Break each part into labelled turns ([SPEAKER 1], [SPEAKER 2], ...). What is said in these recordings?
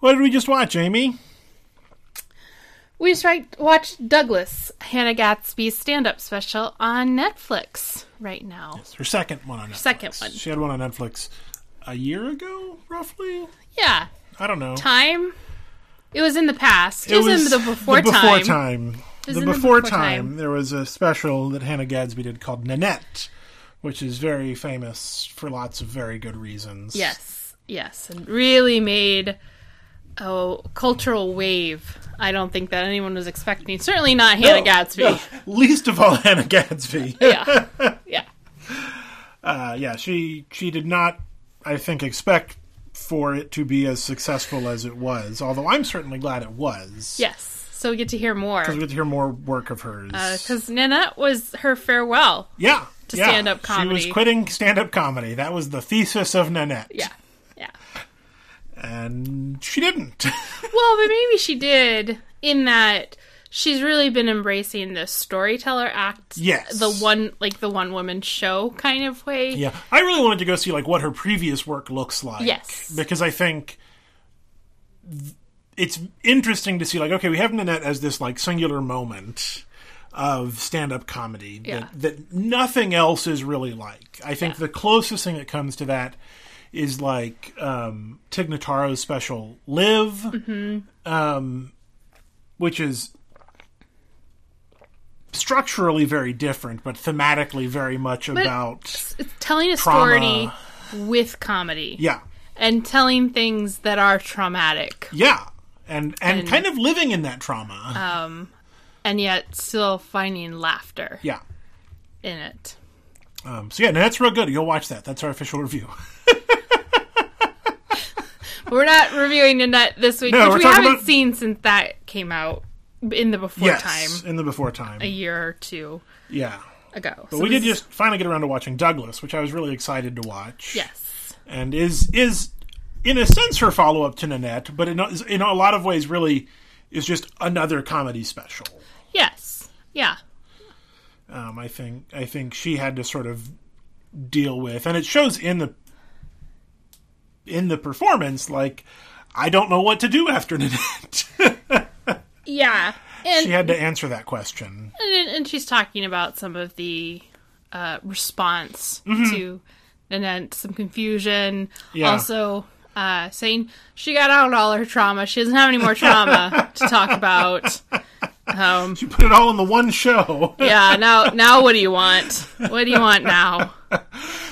[SPEAKER 1] What did we just watch, Amy?
[SPEAKER 2] We just right, watched Douglas, Hannah Gatsby's stand up special on Netflix right now.
[SPEAKER 1] It's her second one on Netflix.
[SPEAKER 2] second one.
[SPEAKER 1] She had one on Netflix a year ago, roughly.
[SPEAKER 2] Yeah.
[SPEAKER 1] I don't know.
[SPEAKER 2] Time. It was in the past. It, was, in the before,
[SPEAKER 1] the before
[SPEAKER 2] time.
[SPEAKER 1] time.
[SPEAKER 2] was
[SPEAKER 1] The
[SPEAKER 2] in the
[SPEAKER 1] before,
[SPEAKER 2] before
[SPEAKER 1] time,
[SPEAKER 2] time.
[SPEAKER 1] there was a special that Hannah Gadsby did called Nanette, which is very famous for lots of very good reasons.
[SPEAKER 2] Yes. Yes. And really made a cultural wave. I don't think that anyone was expecting. Certainly not Hannah Gadsby.
[SPEAKER 1] Oh, Least of all Hannah Gadsby.
[SPEAKER 2] Yeah. yeah.
[SPEAKER 1] Uh, yeah, she she did not, I think, expect for it to be as successful as it was. Although I'm certainly glad it was.
[SPEAKER 2] Yes. So we get to hear more.
[SPEAKER 1] we get to hear more work of hers.
[SPEAKER 2] Because Nanette was her farewell.
[SPEAKER 1] yeah,
[SPEAKER 2] to
[SPEAKER 1] yeah.
[SPEAKER 2] stand-up
[SPEAKER 1] She
[SPEAKER 2] comedy.
[SPEAKER 1] was quitting stand-up comedy. That was the thesis of Nanette.
[SPEAKER 2] Yeah. Yeah.
[SPEAKER 1] and she didn't.
[SPEAKER 2] Well, but maybe she did in that she's really been embracing the storyteller act.
[SPEAKER 1] Yes.
[SPEAKER 2] The one like the one woman show kind of way.
[SPEAKER 1] Yeah, I really wanted to go see like what her previous work looks like.
[SPEAKER 2] Yes.
[SPEAKER 1] because I think th- it's interesting to see like okay, we have Nanette as this like singular moment of stand-up comedy
[SPEAKER 2] Yeah.
[SPEAKER 1] that, that nothing else is really like. I think the closest thing that comes to that is like um, Tig Notaro's special "Live," um,
[SPEAKER 2] Mm-hmm.
[SPEAKER 1] which is structurally very different, but thematically very much about
[SPEAKER 2] It's telling a
[SPEAKER 1] Trauma.
[SPEAKER 2] story with comedy.
[SPEAKER 1] Yeah.
[SPEAKER 2] And telling things that are traumatic
[SPEAKER 1] Yeah. And, and kind of living in that
[SPEAKER 2] Uh,
[SPEAKER 1] trauma.
[SPEAKER 2] and yet still finding laughter
[SPEAKER 1] yeah.
[SPEAKER 2] in it.
[SPEAKER 1] Um, so yeah, no, that's real good. You'll watch that. That's our official review.
[SPEAKER 2] But we're not reviewing Nanette this week,
[SPEAKER 1] No, we're
[SPEAKER 2] which we
[SPEAKER 1] talking
[SPEAKER 2] haven't
[SPEAKER 1] about-
[SPEAKER 2] seen since that came out in the before
[SPEAKER 1] yes.
[SPEAKER 2] time
[SPEAKER 1] In the before
[SPEAKER 2] a
[SPEAKER 1] time.
[SPEAKER 2] year or two
[SPEAKER 1] Yeah.
[SPEAKER 2] ago.
[SPEAKER 1] But we did just finally get around to watching Douglas, which I was really excited to watch.
[SPEAKER 2] Yes.
[SPEAKER 1] And is is in a sense her follow up to Nanette, but in a, in a lot of ways really is just another comedy special.
[SPEAKER 2] Yes. Yeah.
[SPEAKER 1] um, I think I think she had to sort of deal with, and it shows in the in the performance. Like I don't know what to do after Nanette.
[SPEAKER 2] Yeah. And
[SPEAKER 1] she had to answer that question.
[SPEAKER 2] And, and she's talking about some of the uh, response to, and then some confusion.
[SPEAKER 1] Yeah.
[SPEAKER 2] Also, uh, saying she got out all her trauma. She doesn't have any more trauma to talk about. Um,
[SPEAKER 1] She put it all in the one show.
[SPEAKER 2] yeah. Now, now, what do you want? What do you want now?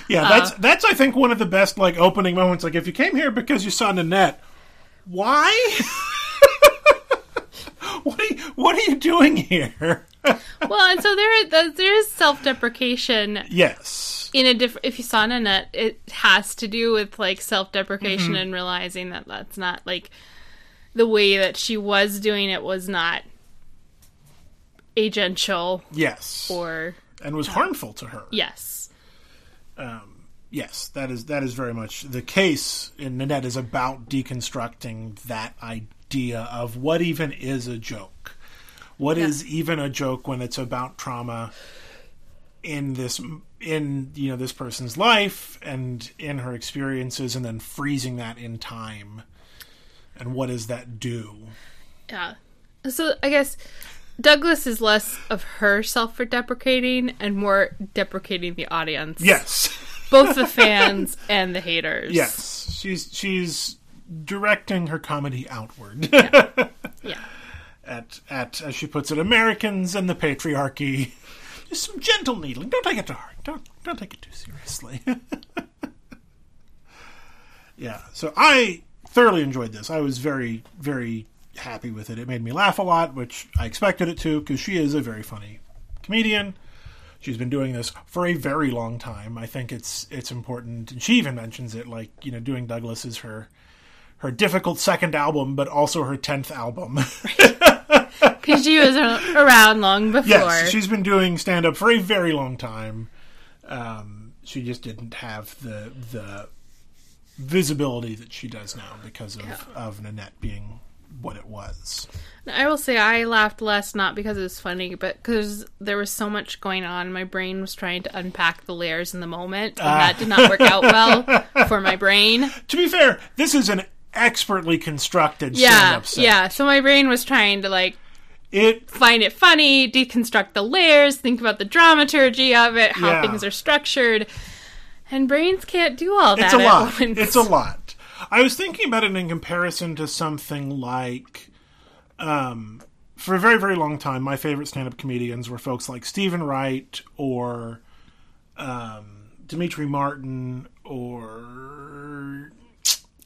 [SPEAKER 1] yeah, that's that's I think one of the best like opening moments. Like if you came here because you saw Nanette, why? what are you, what are you doing here?
[SPEAKER 2] Well, and so there, th- there is self-deprecation
[SPEAKER 1] yes.
[SPEAKER 2] in a different. If you saw Nanette, it has to do with like self-deprecation and realizing that that's not like the way that she was doing it was not agential
[SPEAKER 1] Yes.
[SPEAKER 2] or
[SPEAKER 1] and was harmful to her.
[SPEAKER 2] yes,
[SPEAKER 1] Yes, that is that is very much the case. And Nanette is about deconstructing that idea of what even is a joke. What is even a joke when it's about trauma in this in you know this person's life and in her experiences, and then freezing that in time. And what does that do?
[SPEAKER 2] yeah. So I guess Douglas is less of her self-deprecating and more deprecating the audience.
[SPEAKER 1] Yes,
[SPEAKER 2] both the fans and the haters.
[SPEAKER 1] yes, she's she's directing her comedy outward
[SPEAKER 2] yeah.
[SPEAKER 1] at at as she puts it, Americans and the patriarchy. Just some gentle needling. Don't take it to heart. Don't don't take it too seriously. yeah. So I thoroughly enjoyed this. I was very very happy with it. It made me laugh a lot, which I expected it to, because she is a very funny comedian. She's been doing this for a very long time. I think it's it's important, and she even mentions it. Like you know, doing Douglas is her her difficult second album, but also her tenth album.
[SPEAKER 2] Because she was a- around long before.
[SPEAKER 1] Yes, she's been doing stand up for a very long time. Um, she just didn't have the the visibility that she does now because of, of Nanette being what it was.
[SPEAKER 2] I will say I laughed less not because it was funny, but because there was so much going on. My brain was trying to unpack the
[SPEAKER 1] Ah.
[SPEAKER 2] layers in the moment, and that did not work out well for my brain.
[SPEAKER 1] To be fair, this is an expertly constructed
[SPEAKER 2] yeah,
[SPEAKER 1] stand-up set.
[SPEAKER 2] yeah. So my brain was trying to like
[SPEAKER 1] It
[SPEAKER 2] find it funny, deconstruct the layers, think about the dramaturgy of it, how
[SPEAKER 1] Yeah.
[SPEAKER 2] things are structured. And brains can't do all that.
[SPEAKER 1] it's a
[SPEAKER 2] at
[SPEAKER 1] lot.
[SPEAKER 2] once.
[SPEAKER 1] It's a lot. I was thinking about it in comparison to something like, um, for a very very long time, my favorite stand-up comedians were folks like Stephen Wright or um, Dimitri Martin or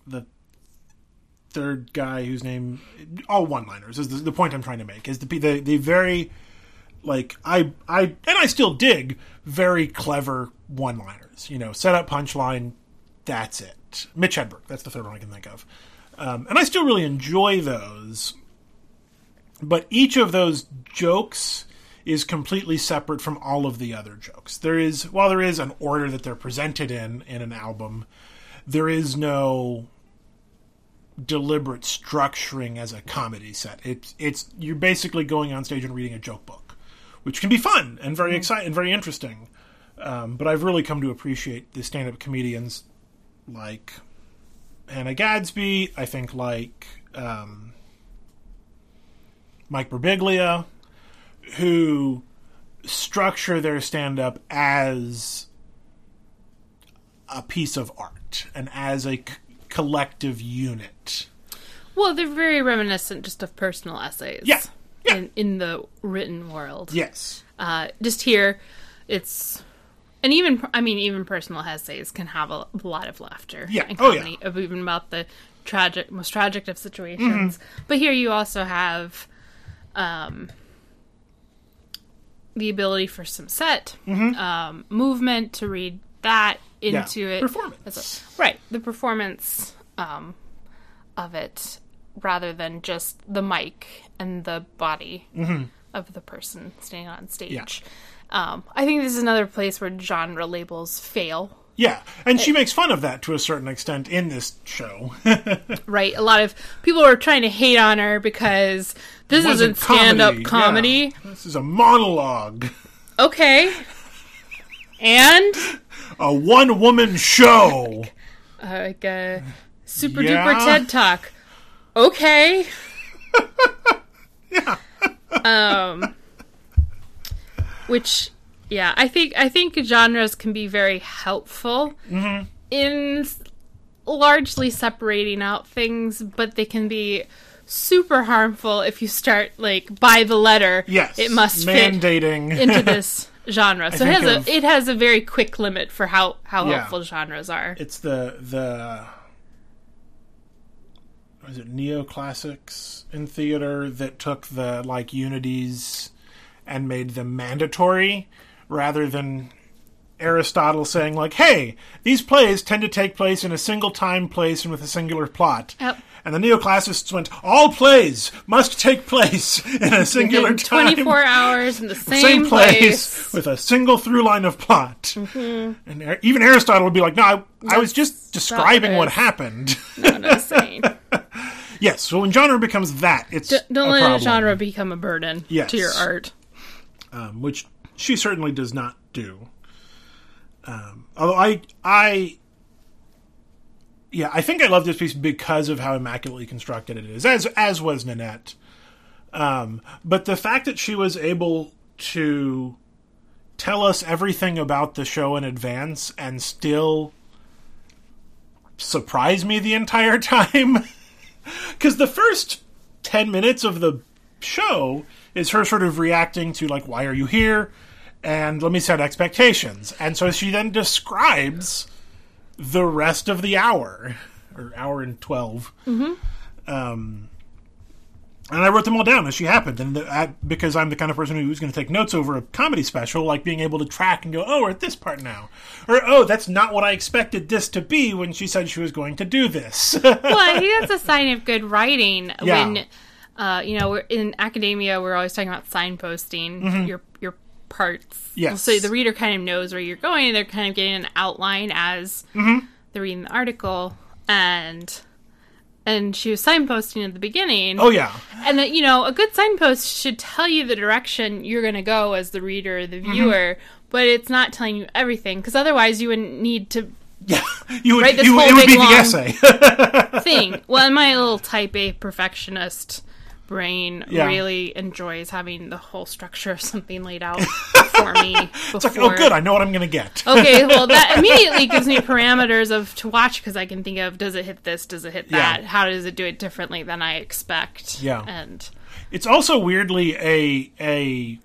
[SPEAKER 1] the third guy whose name all one-liners is the, the point I'm trying to make is the the, the very like I I and I still dig very clever one liners. You know, set up punchline, that's it. Mitch Hedberg, that's the third one I can think of, um, and I still really enjoy those. But each of those jokes is completely separate from all of the other jokes. There is while there is an order that they're presented in in an album, there is no deliberate structuring as a comedy set. It's it's you're basically going on stage and reading a joke book, which can be fun and very exciting and very interesting. Um, but I've really come to appreciate the stand-up comedians like Hannah Gadsby. I think like um, Mike Birbiglia, who structure their stand-up as a piece of art and as a c- collective unit.
[SPEAKER 2] Well, they're very reminiscent just of personal essays.
[SPEAKER 1] Yeah. Yeah.
[SPEAKER 2] In, in the written world.
[SPEAKER 1] Yes.
[SPEAKER 2] Uh, just here, it's. And even, I mean, even personal essays can have a lot of laughter.
[SPEAKER 1] Yeah.
[SPEAKER 2] And
[SPEAKER 1] Oh, yeah.
[SPEAKER 2] comedy, of even about the tragic, most tragic of situations.
[SPEAKER 1] Mm-hmm.
[SPEAKER 2] But here you also have um, the ability for some set
[SPEAKER 1] Mm-hmm.
[SPEAKER 2] um, movement to read that into it.
[SPEAKER 1] Performance.
[SPEAKER 2] Right, the performance um, of it rather than just the mic and the body
[SPEAKER 1] Mm-hmm.
[SPEAKER 2] of the person standing on stage. Um, I think this is another place where genre labels fail.
[SPEAKER 1] Yeah. And she makes fun of that to a certain extent in this show.
[SPEAKER 2] Right, a lot of people are trying to hate on her because this isn't
[SPEAKER 1] Wasn't
[SPEAKER 2] stand up
[SPEAKER 1] comedy.
[SPEAKER 2] comedy.
[SPEAKER 1] Yeah. This is a monologue,
[SPEAKER 2] Okay. And
[SPEAKER 1] a one woman show.
[SPEAKER 2] uh, like a super
[SPEAKER 1] Yeah.
[SPEAKER 2] duper TED talk. Okay. um, which, yeah, I think I think genres can be very helpful
[SPEAKER 1] Mm-hmm.
[SPEAKER 2] in s- largely separating out things, but they can be super harmful if you start like by the letter.
[SPEAKER 1] Yes.
[SPEAKER 2] it must fit
[SPEAKER 1] Mandating.
[SPEAKER 2] into this genre. So it
[SPEAKER 1] think
[SPEAKER 2] has a
[SPEAKER 1] of-
[SPEAKER 2] it has a very quick limit for how how
[SPEAKER 1] Yeah.
[SPEAKER 2] helpful genres are.
[SPEAKER 1] it's the. the was it neoclassics in theater that took the like unities and made them mandatory rather than Aristotle saying like, "Hey, these plays tend to take place in a single time place and with a singular plot."
[SPEAKER 2] Yep.
[SPEAKER 1] And the neoclassicists went, "All plays must take place in a singular
[SPEAKER 2] in
[SPEAKER 1] time,
[SPEAKER 2] 24 hours in the same,
[SPEAKER 1] same
[SPEAKER 2] place. Mm-hmm.
[SPEAKER 1] place with a single through line of plot." And Ar- even Aristotle would be like, "No, I, I was just describing what
[SPEAKER 2] this.
[SPEAKER 1] happened."
[SPEAKER 2] That's what I'm saying.
[SPEAKER 1] yes. So when genre becomes that, it's
[SPEAKER 2] Don't
[SPEAKER 1] a
[SPEAKER 2] let
[SPEAKER 1] problem,
[SPEAKER 2] a genre become a burden
[SPEAKER 1] Yes.
[SPEAKER 2] to your art.
[SPEAKER 1] um, which she certainly does not do. Um, although I, I, yeah, I think I love this piece because of how immaculately constructed it is, as as was Nanette. Um, but the fact that she was able to tell us everything about the show in advance and still surprise me the entire time. Because the first 10 minutes of the show is her sort of reacting to, like, why are you here? And let me set expectations. And so she then describes the rest of the hour, or hour and 12. Mm-hmm. Um, and I wrote them all down as she happened. And the, I, because I'm the kind of person who's going to take notes over a comedy special, like being able to track and go, oh, we're at this part now. Or, oh, that's not what I expected this to be when she said she was going to do this.
[SPEAKER 2] well, I think that's a sign of good writing
[SPEAKER 1] Yeah.
[SPEAKER 2] when, uh, you know, we're in academia, we're always talking about signposting your your parts.
[SPEAKER 1] Mm-hmm. Yes.
[SPEAKER 2] So the reader kind of knows where you're going. They're kind of getting an outline as
[SPEAKER 1] Mm-hmm.
[SPEAKER 2] they're reading the article, and and she was signposting at the beginning.
[SPEAKER 1] oh, yeah.
[SPEAKER 2] And that, you know, a good signpost should tell you the direction you're going to
[SPEAKER 1] Mm-hmm.
[SPEAKER 2] go as the reader or the viewer, but it's not telling you everything because otherwise you wouldn't need to
[SPEAKER 1] Yeah, you would.
[SPEAKER 2] Right, this
[SPEAKER 1] you,
[SPEAKER 2] whole
[SPEAKER 1] it would
[SPEAKER 2] big
[SPEAKER 1] be
[SPEAKER 2] long-
[SPEAKER 1] the essay.
[SPEAKER 2] thing. Well, my little type A perfectionist brain
[SPEAKER 1] Yeah.
[SPEAKER 2] really enjoys having the whole structure of something laid out for me. Before.
[SPEAKER 1] it's like, oh, good, I know what I'm going to get.
[SPEAKER 2] okay, well, that immediately gives me parameters of to watch because I can think of does it hit this, does it hit
[SPEAKER 1] Yeah.
[SPEAKER 2] that, how does it do it differently than I expect?
[SPEAKER 1] Yeah.
[SPEAKER 2] and
[SPEAKER 1] It's also weirdly a a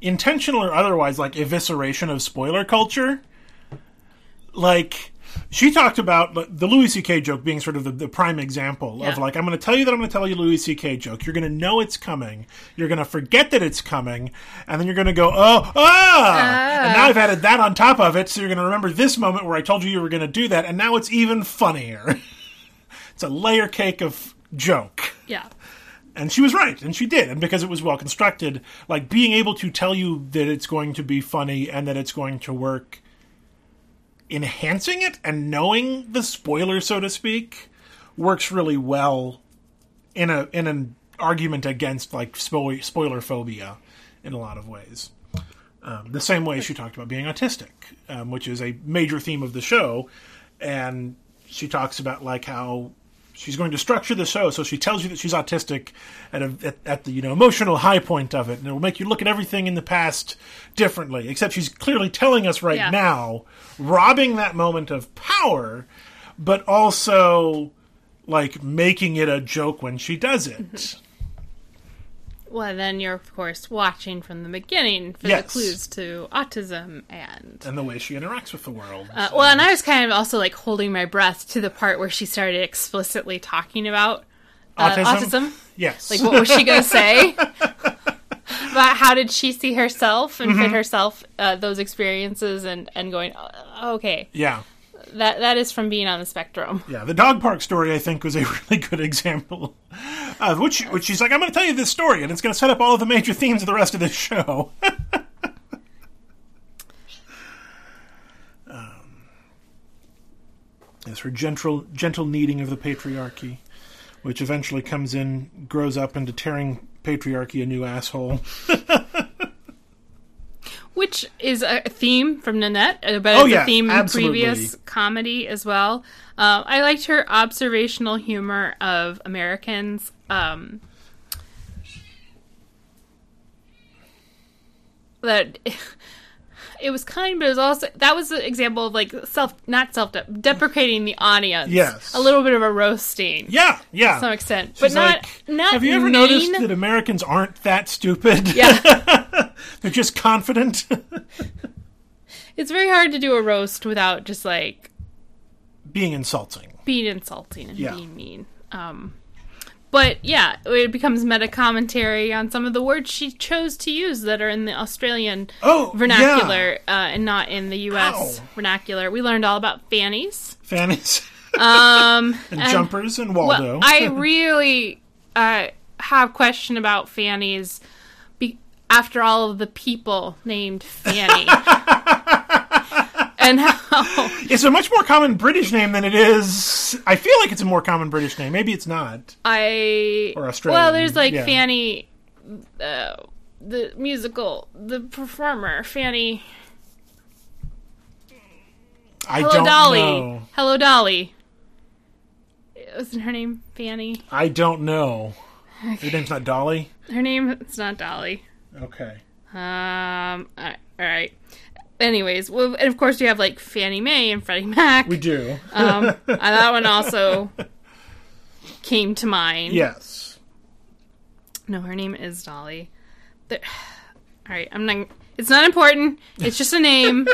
[SPEAKER 1] intentional or otherwise like evisceration of spoiler culture. Like she talked about like, the Louis C.K. joke being sort of the, the prime example of
[SPEAKER 2] Yeah.
[SPEAKER 1] like I'm going to tell you that I'm going to tell you Louis C.K. joke. You're going to know it's coming. You're going to forget that it's coming, and then you're going to go oh ah, and now I've added that on top of it, so you're going to remember this moment where I told you you were going to do that, and now it's even funnier. it's a layer cake of joke
[SPEAKER 2] yeah,
[SPEAKER 1] and she was right and she did and because it was well constructed like being able to tell you that it's going to be funny and that it's going to work enhancing it and knowing the spoiler so to speak works really well in a in an argument against like spo- spoiler phobia in a lot of ways um, the same way she talked about being autistic um, which is a major theme of the show and she talks about like how she's going to structure the show so she tells you that she's autistic at, a, at, at the you know emotional high point of it and it will make you look at everything in the past differently except she's clearly telling us right
[SPEAKER 2] Yeah.
[SPEAKER 1] now robbing that moment of power but also like making it a joke when she does it
[SPEAKER 2] Mm-hmm. well, then you're of course watching from the beginning for the
[SPEAKER 1] Yes.
[SPEAKER 2] clues to autism and
[SPEAKER 1] and the way she interacts with the world
[SPEAKER 2] Uh, well, and I was kind of also like holding my breath to the part where she started explicitly talking about uh, autism.
[SPEAKER 1] yes
[SPEAKER 2] Like, what was she going to say? About how did she see herself and fit herself uh, those experiences and and going "Oh, okay
[SPEAKER 1] yeah
[SPEAKER 2] that that is from being on the spectrum.
[SPEAKER 1] Yeah, the dog park story I think was a really good example. Uh, which which she's like, I'm going to tell you this story, and it's going to set up all of the major themes of the rest of this show. um, it's Um, her gentle gentle kneading of the patriarchy, which eventually comes in, grows up into tearing patriarchy a new asshole.
[SPEAKER 2] which is a theme from Nanette, uh, but
[SPEAKER 1] Oh,
[SPEAKER 2] it's
[SPEAKER 1] yeah,
[SPEAKER 2] a theme in
[SPEAKER 1] absolutely.
[SPEAKER 2] previous comedy as well. Uh, I liked her observational humor of Americans. Um, that it was kind, but it was also that was an example of like self, not self, deprecating the audience.
[SPEAKER 1] Yes.
[SPEAKER 2] a little bit of a roasting
[SPEAKER 1] Yeah, yeah.
[SPEAKER 2] to some extent,
[SPEAKER 1] She's
[SPEAKER 2] but not
[SPEAKER 1] like,
[SPEAKER 2] not.
[SPEAKER 1] Have you ever
[SPEAKER 2] mean.
[SPEAKER 1] noticed that Americans aren't that stupid?
[SPEAKER 2] yeah.
[SPEAKER 1] They're just confident.
[SPEAKER 2] It's very hard to do a roast without just like
[SPEAKER 1] Being insulting.
[SPEAKER 2] being insulting and
[SPEAKER 1] Yeah.
[SPEAKER 2] being mean. Um, but yeah, it becomes meta commentary on some of the words she chose to use that are in the Australian
[SPEAKER 1] Oh,
[SPEAKER 2] vernacular uh, and not in the U.S.
[SPEAKER 1] Ow.
[SPEAKER 2] vernacular. We learned all about fannies.
[SPEAKER 1] fannies and, jumpers and Waldo.
[SPEAKER 2] Um, Well, I really uh, have question about fannies. Be- after all of the people named Fanny. And how
[SPEAKER 1] it's a much more common British name than it is. I feel like it's a more common British name. Maybe it's not.
[SPEAKER 2] I
[SPEAKER 1] Or
[SPEAKER 2] Well,
[SPEAKER 1] Australian,
[SPEAKER 2] there's like
[SPEAKER 1] yeah.
[SPEAKER 2] Fanny, uh, the musical, the performer, Fanny.
[SPEAKER 1] I
[SPEAKER 2] Hello
[SPEAKER 1] don't
[SPEAKER 2] Dolly.
[SPEAKER 1] know.
[SPEAKER 2] Hello Dolly. Wasn't her name Fanny?
[SPEAKER 1] I don't know. Your name's not Dolly.
[SPEAKER 2] Her name it's not Dolly.
[SPEAKER 1] Okay.
[SPEAKER 2] Um. All right. Anyways, well, and of course you have like Fannie Mae and Freddie Mac.
[SPEAKER 1] We do.
[SPEAKER 2] Um, and that one also came to mind.
[SPEAKER 1] yes.
[SPEAKER 2] No, her name is Dolly. There- All right, I'm not. It's not important. It's just a name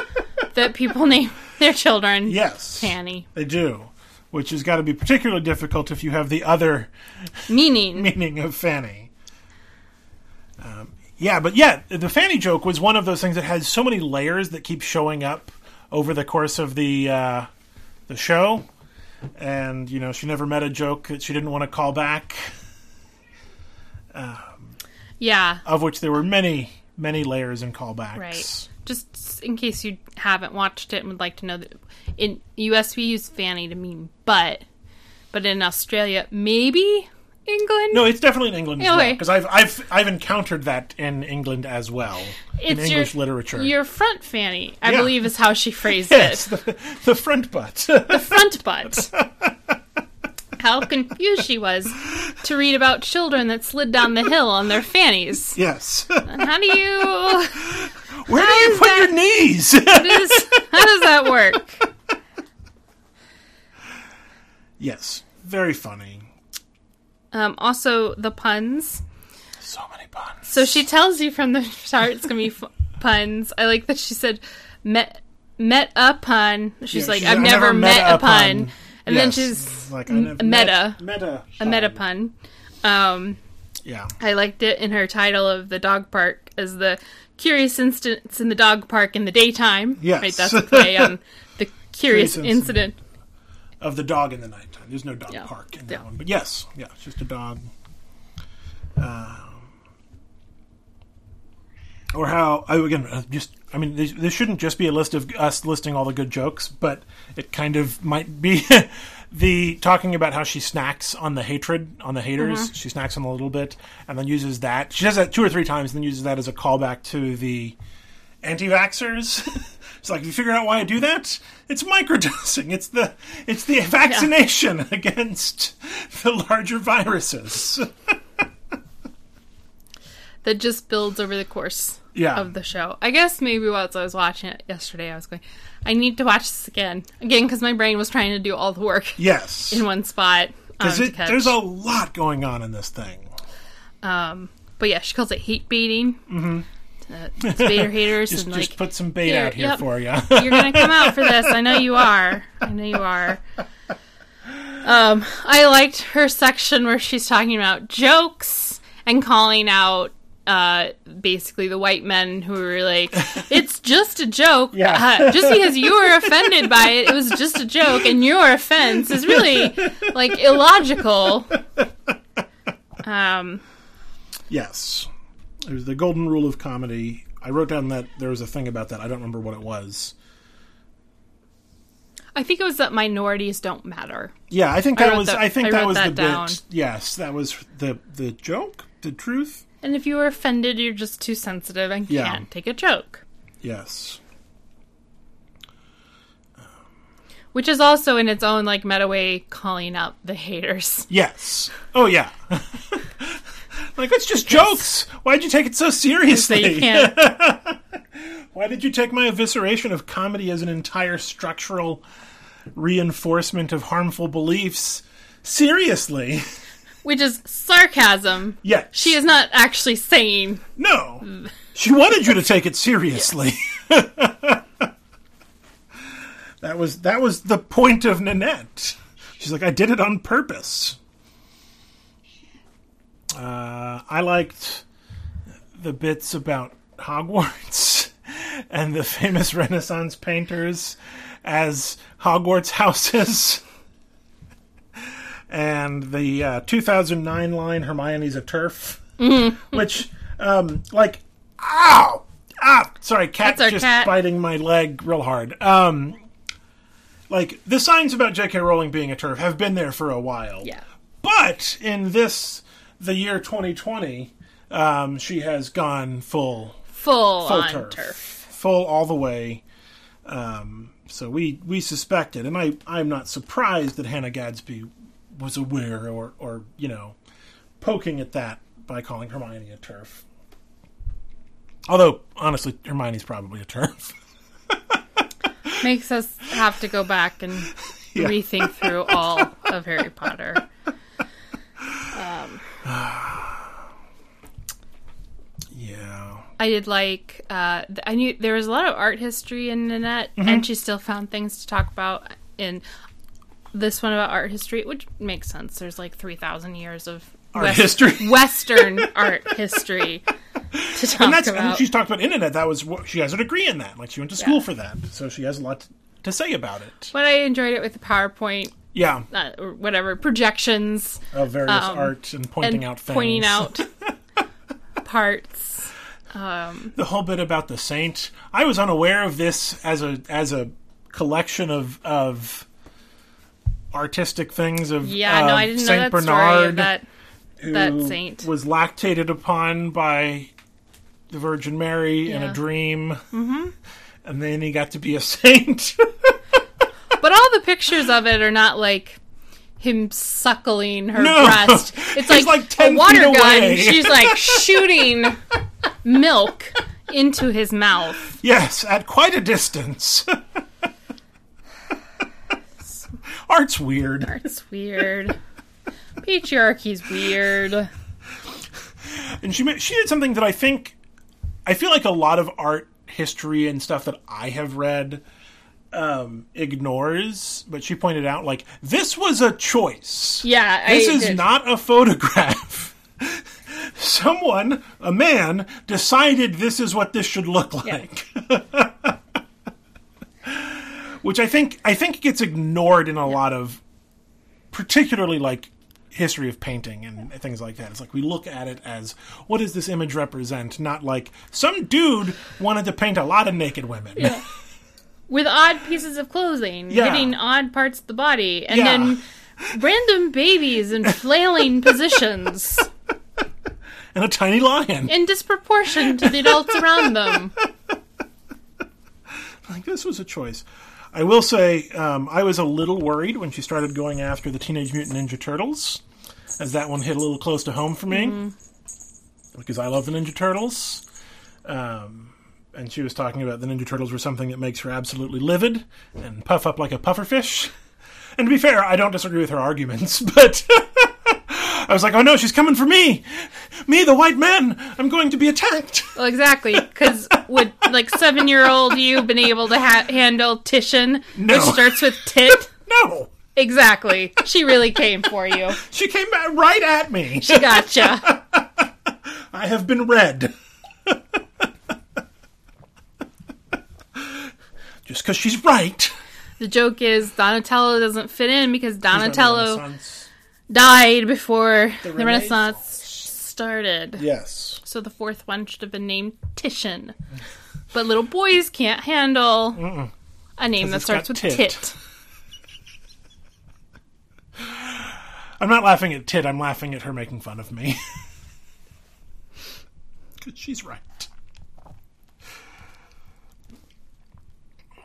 [SPEAKER 2] that people name their children.
[SPEAKER 1] Yes.
[SPEAKER 2] Fanny.
[SPEAKER 1] They do. Which has got to be particularly difficult if you have the other
[SPEAKER 2] Meaning.
[SPEAKER 1] meaning of Fanny. Um, yeah, but yeah, the Fanny joke was one of those things that has so many layers that keep showing up over the course of the uh, the show, and you know she never met a joke that she didn't want to call back,
[SPEAKER 2] Yeah.
[SPEAKER 1] of which there were many many layers and callbacks.
[SPEAKER 2] Right. Just in case you haven't watched it and would like to know that in US we use Fanny to mean butt, but in Australia maybe England?
[SPEAKER 1] No, it's definitely in England as well
[SPEAKER 2] Okay.
[SPEAKER 1] because I've I've I've encountered that in England as well in
[SPEAKER 2] It's your-
[SPEAKER 1] English literature.
[SPEAKER 2] Your front fanny, I
[SPEAKER 1] Yeah.
[SPEAKER 2] believe, is how she phrased
[SPEAKER 1] yes,
[SPEAKER 2] it.
[SPEAKER 1] the, the front butt.
[SPEAKER 2] The front butt. how confused she was to read about children that slid down the hill on their fannies.
[SPEAKER 1] yes.
[SPEAKER 2] And how do you.
[SPEAKER 1] Where do you
[SPEAKER 2] is
[SPEAKER 1] put your knees?
[SPEAKER 2] How does, how does that work?
[SPEAKER 1] yes, very funny.
[SPEAKER 2] Um, also, the puns.
[SPEAKER 1] So many puns.
[SPEAKER 2] So she tells you from the start it's gonna be f- puns. I like that she said met met a pun. She's
[SPEAKER 1] Yeah,
[SPEAKER 2] like I've, never, met, a pun, and then
[SPEAKER 1] Yes.
[SPEAKER 2] she's
[SPEAKER 1] like
[SPEAKER 2] m-
[SPEAKER 1] never
[SPEAKER 2] meta.
[SPEAKER 1] met- meta,
[SPEAKER 2] a meta pun. Um,
[SPEAKER 1] Yeah,
[SPEAKER 2] I liked it in her title of the dog park as the curious instance in the dog park in the daytime.
[SPEAKER 1] Yes.
[SPEAKER 2] right. That's a play on the curious,
[SPEAKER 1] Curious incident.
[SPEAKER 2] incident.
[SPEAKER 1] of the dog in the nighttime. There's no dog
[SPEAKER 2] Yeah.
[SPEAKER 1] park in
[SPEAKER 2] Yeah.
[SPEAKER 1] that one, but yes, yeah, it's just a dog. Um, or how I again uh, just I mean this, this shouldn't just be a list of us listing all the good jokes, but it kind of might be the talking about how she snacks on the hatred on the haters.
[SPEAKER 2] Mm-hmm.
[SPEAKER 1] She snacks on a little bit and then uses that. She does that two or three times, and then uses that as a callback to the anti-vaxxers. it's like if you figure out why I do that, it's microdosing. It's the it's the vaccination against the larger viruses.
[SPEAKER 2] that just builds over the course
[SPEAKER 1] Yeah.
[SPEAKER 2] of the show. I guess maybe while I was watching it yesterday, I was going, I need to watch this again. Again, because my brain was trying to do all the work
[SPEAKER 1] Yes,
[SPEAKER 2] in one spot. Um,
[SPEAKER 1] 'Cause
[SPEAKER 2] to
[SPEAKER 1] it-
[SPEAKER 2] catch.
[SPEAKER 1] there's a lot going on in this thing.
[SPEAKER 2] um, but yeah, she calls it hate baiting. Mm-hmm. Uh, it's baiter haters
[SPEAKER 1] Just,
[SPEAKER 2] and
[SPEAKER 1] just
[SPEAKER 2] like
[SPEAKER 1] put some bait
[SPEAKER 2] here,
[SPEAKER 1] out here
[SPEAKER 2] yep.
[SPEAKER 1] for you.
[SPEAKER 2] you're gonna come out for this. I know you are. I know you are. Um, I liked her section where she's talking about jokes and calling out uh, basically the white men who were like, "It's just a joke.
[SPEAKER 1] Yeah.
[SPEAKER 2] Uh, just because you were offended by it, it was just a joke, and your offense is really like illogical." Um,
[SPEAKER 1] yes, it was the golden rule of comedy. I wrote down that there was a thing about that. I don't remember what it was.
[SPEAKER 2] I think it was that minorities don't matter.
[SPEAKER 1] Yeah, I think
[SPEAKER 2] I
[SPEAKER 1] that
[SPEAKER 2] wrote
[SPEAKER 1] was.
[SPEAKER 2] that-
[SPEAKER 1] I think
[SPEAKER 2] I
[SPEAKER 1] that
[SPEAKER 2] wrote
[SPEAKER 1] was
[SPEAKER 2] that
[SPEAKER 1] the
[SPEAKER 2] down.
[SPEAKER 1] bit. Yes, that was the the joke. The truth.
[SPEAKER 2] And if you were offended, you're just too sensitive and
[SPEAKER 1] Yeah.
[SPEAKER 2] can't take a joke.
[SPEAKER 1] Yes.
[SPEAKER 2] which is also in its own like meta way calling out the haters.
[SPEAKER 1] Yes. Oh yeah. like it's just jokes. Why'd you take it so
[SPEAKER 2] So
[SPEAKER 1] seriously?
[SPEAKER 2] you can't.
[SPEAKER 1] Why did you take my evisceration of comedy as an entire structural reinforcement of harmful beliefs seriously?
[SPEAKER 2] which is sarcasm.
[SPEAKER 1] Yes.
[SPEAKER 2] She is not actually saying
[SPEAKER 1] No. She wanted you to take it seriously. that was that was the point of Nanette. She's like, I did it on purpose. Uh, I liked the bits about Hogwarts and the famous Renaissance painters as Hogwarts houses. And the uh, 2009 line, Hermione's a turf
[SPEAKER 2] Mm-hmm.
[SPEAKER 1] which um like ow ah sorry cat
[SPEAKER 2] That's our
[SPEAKER 1] just
[SPEAKER 2] cat.
[SPEAKER 1] biting my leg real hard um like the signs about jk rowling being a turf have been there for a while
[SPEAKER 2] yeah.
[SPEAKER 1] but in this the year 2020 um she has gone full
[SPEAKER 2] Full,
[SPEAKER 1] full
[SPEAKER 2] on
[SPEAKER 1] turf.
[SPEAKER 2] turf.
[SPEAKER 1] full all the way um so we we suspected and i i'm not surprised that hannah gadsby was aware or or you know poking at that by calling hermione a turf although honestly hermione's probably a turf
[SPEAKER 2] Makes us have to go back and rethink through all of Harry Potter.
[SPEAKER 1] yeah
[SPEAKER 2] I did like uh, th- I knew there was a lot of art history in Nanette, and she still found things to talk about in this one about art history, which makes sense. There's like three thousand years of
[SPEAKER 1] Art history.
[SPEAKER 2] Western art history to talk
[SPEAKER 1] and that's
[SPEAKER 2] about.
[SPEAKER 1] and she's talked about internet that was what she has a degree in that like she went to school for that so she has a lot to, to say about it
[SPEAKER 2] but I enjoyed it with the PowerPoint,
[SPEAKER 1] yeah
[SPEAKER 2] uh, or whatever projections
[SPEAKER 1] of various
[SPEAKER 2] Um,
[SPEAKER 1] art and
[SPEAKER 2] and
[SPEAKER 1] pointing out things
[SPEAKER 2] pointing out parts.
[SPEAKER 1] the whole bit about the saint i was unaware of this as a as a collection of of artistic things of
[SPEAKER 2] Yeah, no,
[SPEAKER 1] of
[SPEAKER 2] I didn't know
[SPEAKER 1] Um, saint
[SPEAKER 2] that
[SPEAKER 1] bernard
[SPEAKER 2] story of that.
[SPEAKER 1] who
[SPEAKER 2] That saint.
[SPEAKER 1] was lactated upon by the Virgin Mary in
[SPEAKER 2] Yeah.
[SPEAKER 1] a dream, mm-hmm. and then he got to be a saint.
[SPEAKER 2] But all the pictures of it are not like him suckling her
[SPEAKER 1] No.
[SPEAKER 2] breast. It's like,
[SPEAKER 1] He's, like, 10
[SPEAKER 2] a water
[SPEAKER 1] feet
[SPEAKER 2] gun.
[SPEAKER 1] away.
[SPEAKER 2] She's like shooting milk into his mouth.
[SPEAKER 1] yes, at quite a distance. Art's weird.
[SPEAKER 2] It's weird. Patriarchy's weird.
[SPEAKER 1] and she ma- she did something that I think I feel like a lot of art history and stuff that I have read um, ignores, but she pointed out like this was a choice.
[SPEAKER 2] Yeah,
[SPEAKER 1] this
[SPEAKER 2] I
[SPEAKER 1] is
[SPEAKER 2] did.
[SPEAKER 1] not a photograph. Someone, a man, decided this is what this should look like. Which I think I think gets ignored in a lot of particularly like history of painting and things like that. It's like we look at it as what does this image represent, not like some dude wanted to paint a lot of naked women.
[SPEAKER 2] with odd pieces of clothing,
[SPEAKER 1] Yeah.
[SPEAKER 2] hitting odd parts of the body, and
[SPEAKER 1] Yeah.
[SPEAKER 2] then random babies in flailing positions
[SPEAKER 1] and a tiny lion.
[SPEAKER 2] in disproportion to the adults around them.
[SPEAKER 1] Like this was a choice. I will say um, I was a little worried when she started going after the Teenage Mutant Ninja Turtles, as that one hit a little close to home for me because I love the Ninja Turtles. Um, and she was talking about the Ninja Turtles were something that makes her absolutely livid and puff up like a pufferfish. And to be fair, I don't disagree with her arguments, but I was like, oh no, she's coming for me! Me, the white man! I'm going to be attacked!
[SPEAKER 2] Well, exactly, because would like seven-year-old you been able to ha- handle Titian,
[SPEAKER 1] No.
[SPEAKER 2] which starts with tit?
[SPEAKER 1] no!
[SPEAKER 2] Exactly, she really came for you.
[SPEAKER 1] She came back right at me!
[SPEAKER 2] She gotcha.
[SPEAKER 1] I have been read. Just because she's right.
[SPEAKER 2] The joke is Donatello doesn't fit in because Donatello
[SPEAKER 1] Renaissance.
[SPEAKER 2] died before the, Renaissance
[SPEAKER 1] Renaissance.
[SPEAKER 2] started.
[SPEAKER 1] Yes.
[SPEAKER 2] So the fourth one should have been named Titian. But little boys can't handle a name that
[SPEAKER 1] it's got
[SPEAKER 2] starts with
[SPEAKER 1] tit.
[SPEAKER 2] tit.
[SPEAKER 1] I'm not laughing at Tid, I'm laughing at her making fun of me. Because she's right.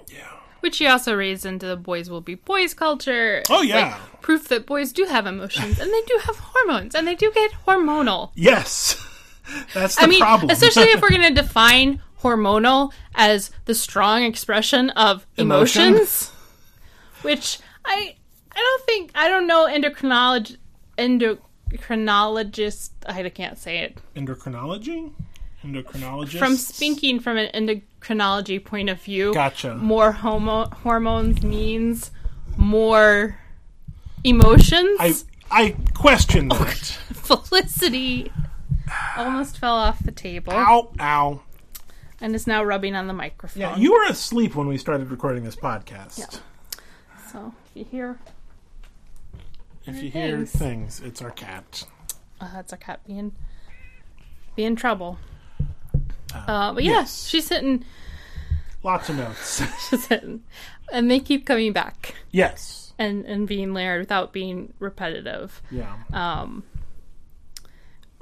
[SPEAKER 1] Yeah.
[SPEAKER 2] Which he also raised into the boys will be boys culture.
[SPEAKER 1] Oh, yeah.
[SPEAKER 2] Like, proof that boys do have emotions and they do have hormones and they do get hormonal.
[SPEAKER 1] Yes. That's the
[SPEAKER 2] I mean,
[SPEAKER 1] problem.
[SPEAKER 2] especially if we're going to define hormonal as the strong expression of
[SPEAKER 1] Emotion?
[SPEAKER 2] emotions, which I I don't think I don't know endocrinolog endocrinologist I can't say it
[SPEAKER 1] Endocrinology? Endocrinologist?
[SPEAKER 2] from speaking from an endocrinology point of view.
[SPEAKER 1] Gotcha.
[SPEAKER 2] More homo- hormones means more emotions.
[SPEAKER 1] I, I question that.
[SPEAKER 2] Felicity almost fell off the table
[SPEAKER 1] Ow, ow.
[SPEAKER 2] and is now rubbing on the microphone.
[SPEAKER 1] Yeah, you were asleep when we started recording this podcast.
[SPEAKER 2] So if you hear,
[SPEAKER 1] If you hear
[SPEAKER 2] Thanks.
[SPEAKER 1] things, it's our cat.
[SPEAKER 2] uh, that's our cat being be in trouble. Uh, but yeah,
[SPEAKER 1] yes.
[SPEAKER 2] she's hitting,
[SPEAKER 1] Lots of notes.
[SPEAKER 2] she's hitting, and they keep coming back
[SPEAKER 1] yes.
[SPEAKER 2] and and being layered without being repetitive.
[SPEAKER 1] Yeah.
[SPEAKER 2] Um,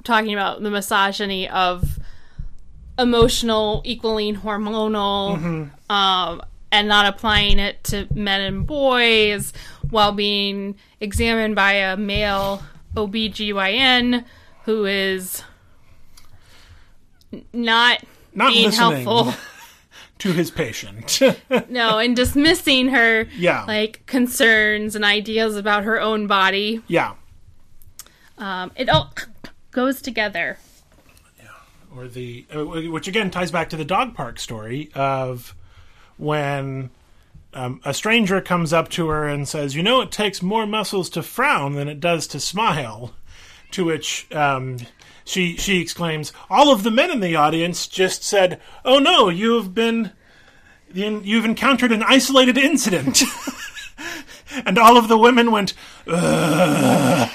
[SPEAKER 2] talking about the misogyny of emotional equaling hormonal,
[SPEAKER 1] Mm-hmm.
[SPEAKER 2] um, and not applying it to men and boys while being examined by a male OBGYN who is n- not
[SPEAKER 1] Not
[SPEAKER 2] being
[SPEAKER 1] listening
[SPEAKER 2] helpful.
[SPEAKER 1] to his patient.
[SPEAKER 2] No, and dismissing her
[SPEAKER 1] Yeah.
[SPEAKER 2] like concerns and ideas about her own body.
[SPEAKER 1] yeah.
[SPEAKER 2] Um, it all goes together.
[SPEAKER 1] Or the uh, which again ties back to the dog park story of when um, a stranger comes up to her and says, "You know, it takes more muscles to frown than it does to smile." To which um, she she exclaims, "All of the men in the audience just said, "Oh no, you've been the- you've encountered an isolated incident." and all of the women went,
[SPEAKER 2] And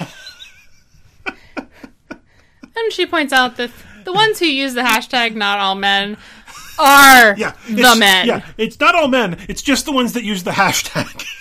[SPEAKER 2] she points out that the ones who use the hashtag not all men are
[SPEAKER 1] "Yeah,
[SPEAKER 2] the
[SPEAKER 1] it's-
[SPEAKER 2] men.
[SPEAKER 1] Yeah, it's not all men. It's just the ones that use the hashtag."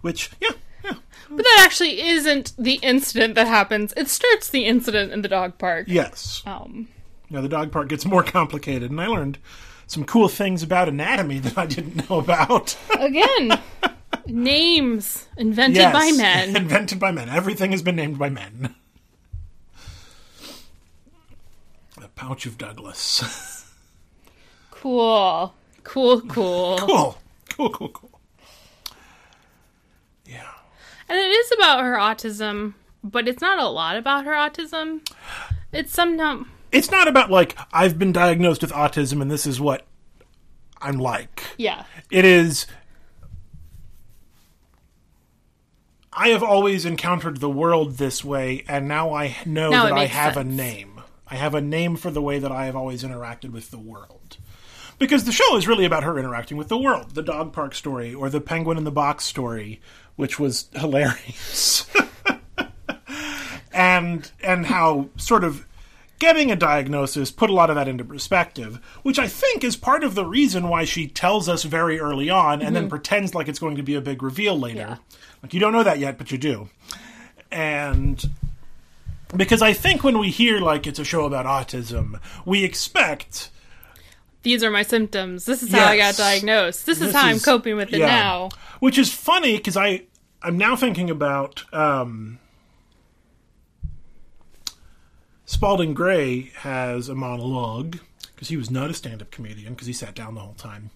[SPEAKER 1] Which, yeah, yeah,
[SPEAKER 2] But that actually isn't the incident that happens. It starts the incident in the dog park.
[SPEAKER 1] yes.
[SPEAKER 2] Um,
[SPEAKER 1] Now Oh. the dog part gets more complicated, and I learned some cool things about anatomy that I didn't know about.
[SPEAKER 2] again, names invented by men.
[SPEAKER 1] Invented by men. Everything has been named by men. The Pouch of Douglas.
[SPEAKER 2] Cool. Cool, cool.
[SPEAKER 1] cool. Cool, cool, cool. Yeah.
[SPEAKER 2] And it is about her autism, but it's not a lot about her autism. It's some num-
[SPEAKER 1] It's not about, like, I've been diagnosed with autism and this is what I'm like.
[SPEAKER 2] yeah.
[SPEAKER 1] It is. I have always encountered the world this way, and now I know
[SPEAKER 2] Now
[SPEAKER 1] that
[SPEAKER 2] it
[SPEAKER 1] I
[SPEAKER 2] makes
[SPEAKER 1] have a
[SPEAKER 2] sense.
[SPEAKER 1] name. I have a name for the way that I have always interacted with the world. Because the show is really about her interacting with the world. The dog park story, or the penguin in the box story, which was hilarious. and and how sort of getting a diagnosis put a lot of that into perspective, which I think is part of the reason why she tells us very early on and then pretends like it's going to be a big reveal later.
[SPEAKER 2] Yeah.
[SPEAKER 1] Like you don't know that yet, but you do. And because I think when we hear like it's a show about autism, we expect
[SPEAKER 2] These are my symptoms. This is how I got
[SPEAKER 1] Yes.
[SPEAKER 2] diagnosed. This, is
[SPEAKER 1] This
[SPEAKER 2] how I'm
[SPEAKER 1] is-
[SPEAKER 2] coping with it
[SPEAKER 1] yeah.
[SPEAKER 2] now.
[SPEAKER 1] which is funny because I I'm now thinking about um, Spalding Gray has a monologue because he was not a stand-up comedian because he sat down the whole time.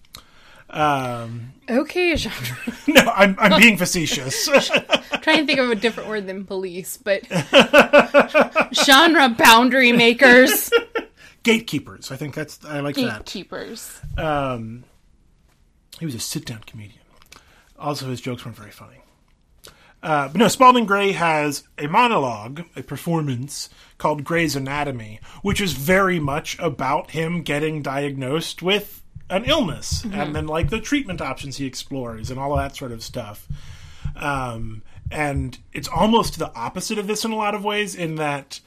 [SPEAKER 2] Okay, genre.
[SPEAKER 1] No, I'm I'm being facetious.
[SPEAKER 2] I'm trying to think of a different word than police, but genre boundary makers,
[SPEAKER 1] Gatekeepers, I think that's I like that.
[SPEAKER 2] gatekeepers.
[SPEAKER 1] He was a sit-down comedian. Also, his jokes weren't very funny. Uh, but no, Spalding Gray has a monologue, a performance called Gray's Anatomy, which is very much about him getting diagnosed with an illness and then like the treatment options he explores and all of that sort of stuff. Um, and it's almost the opposite of this in a lot of ways, in that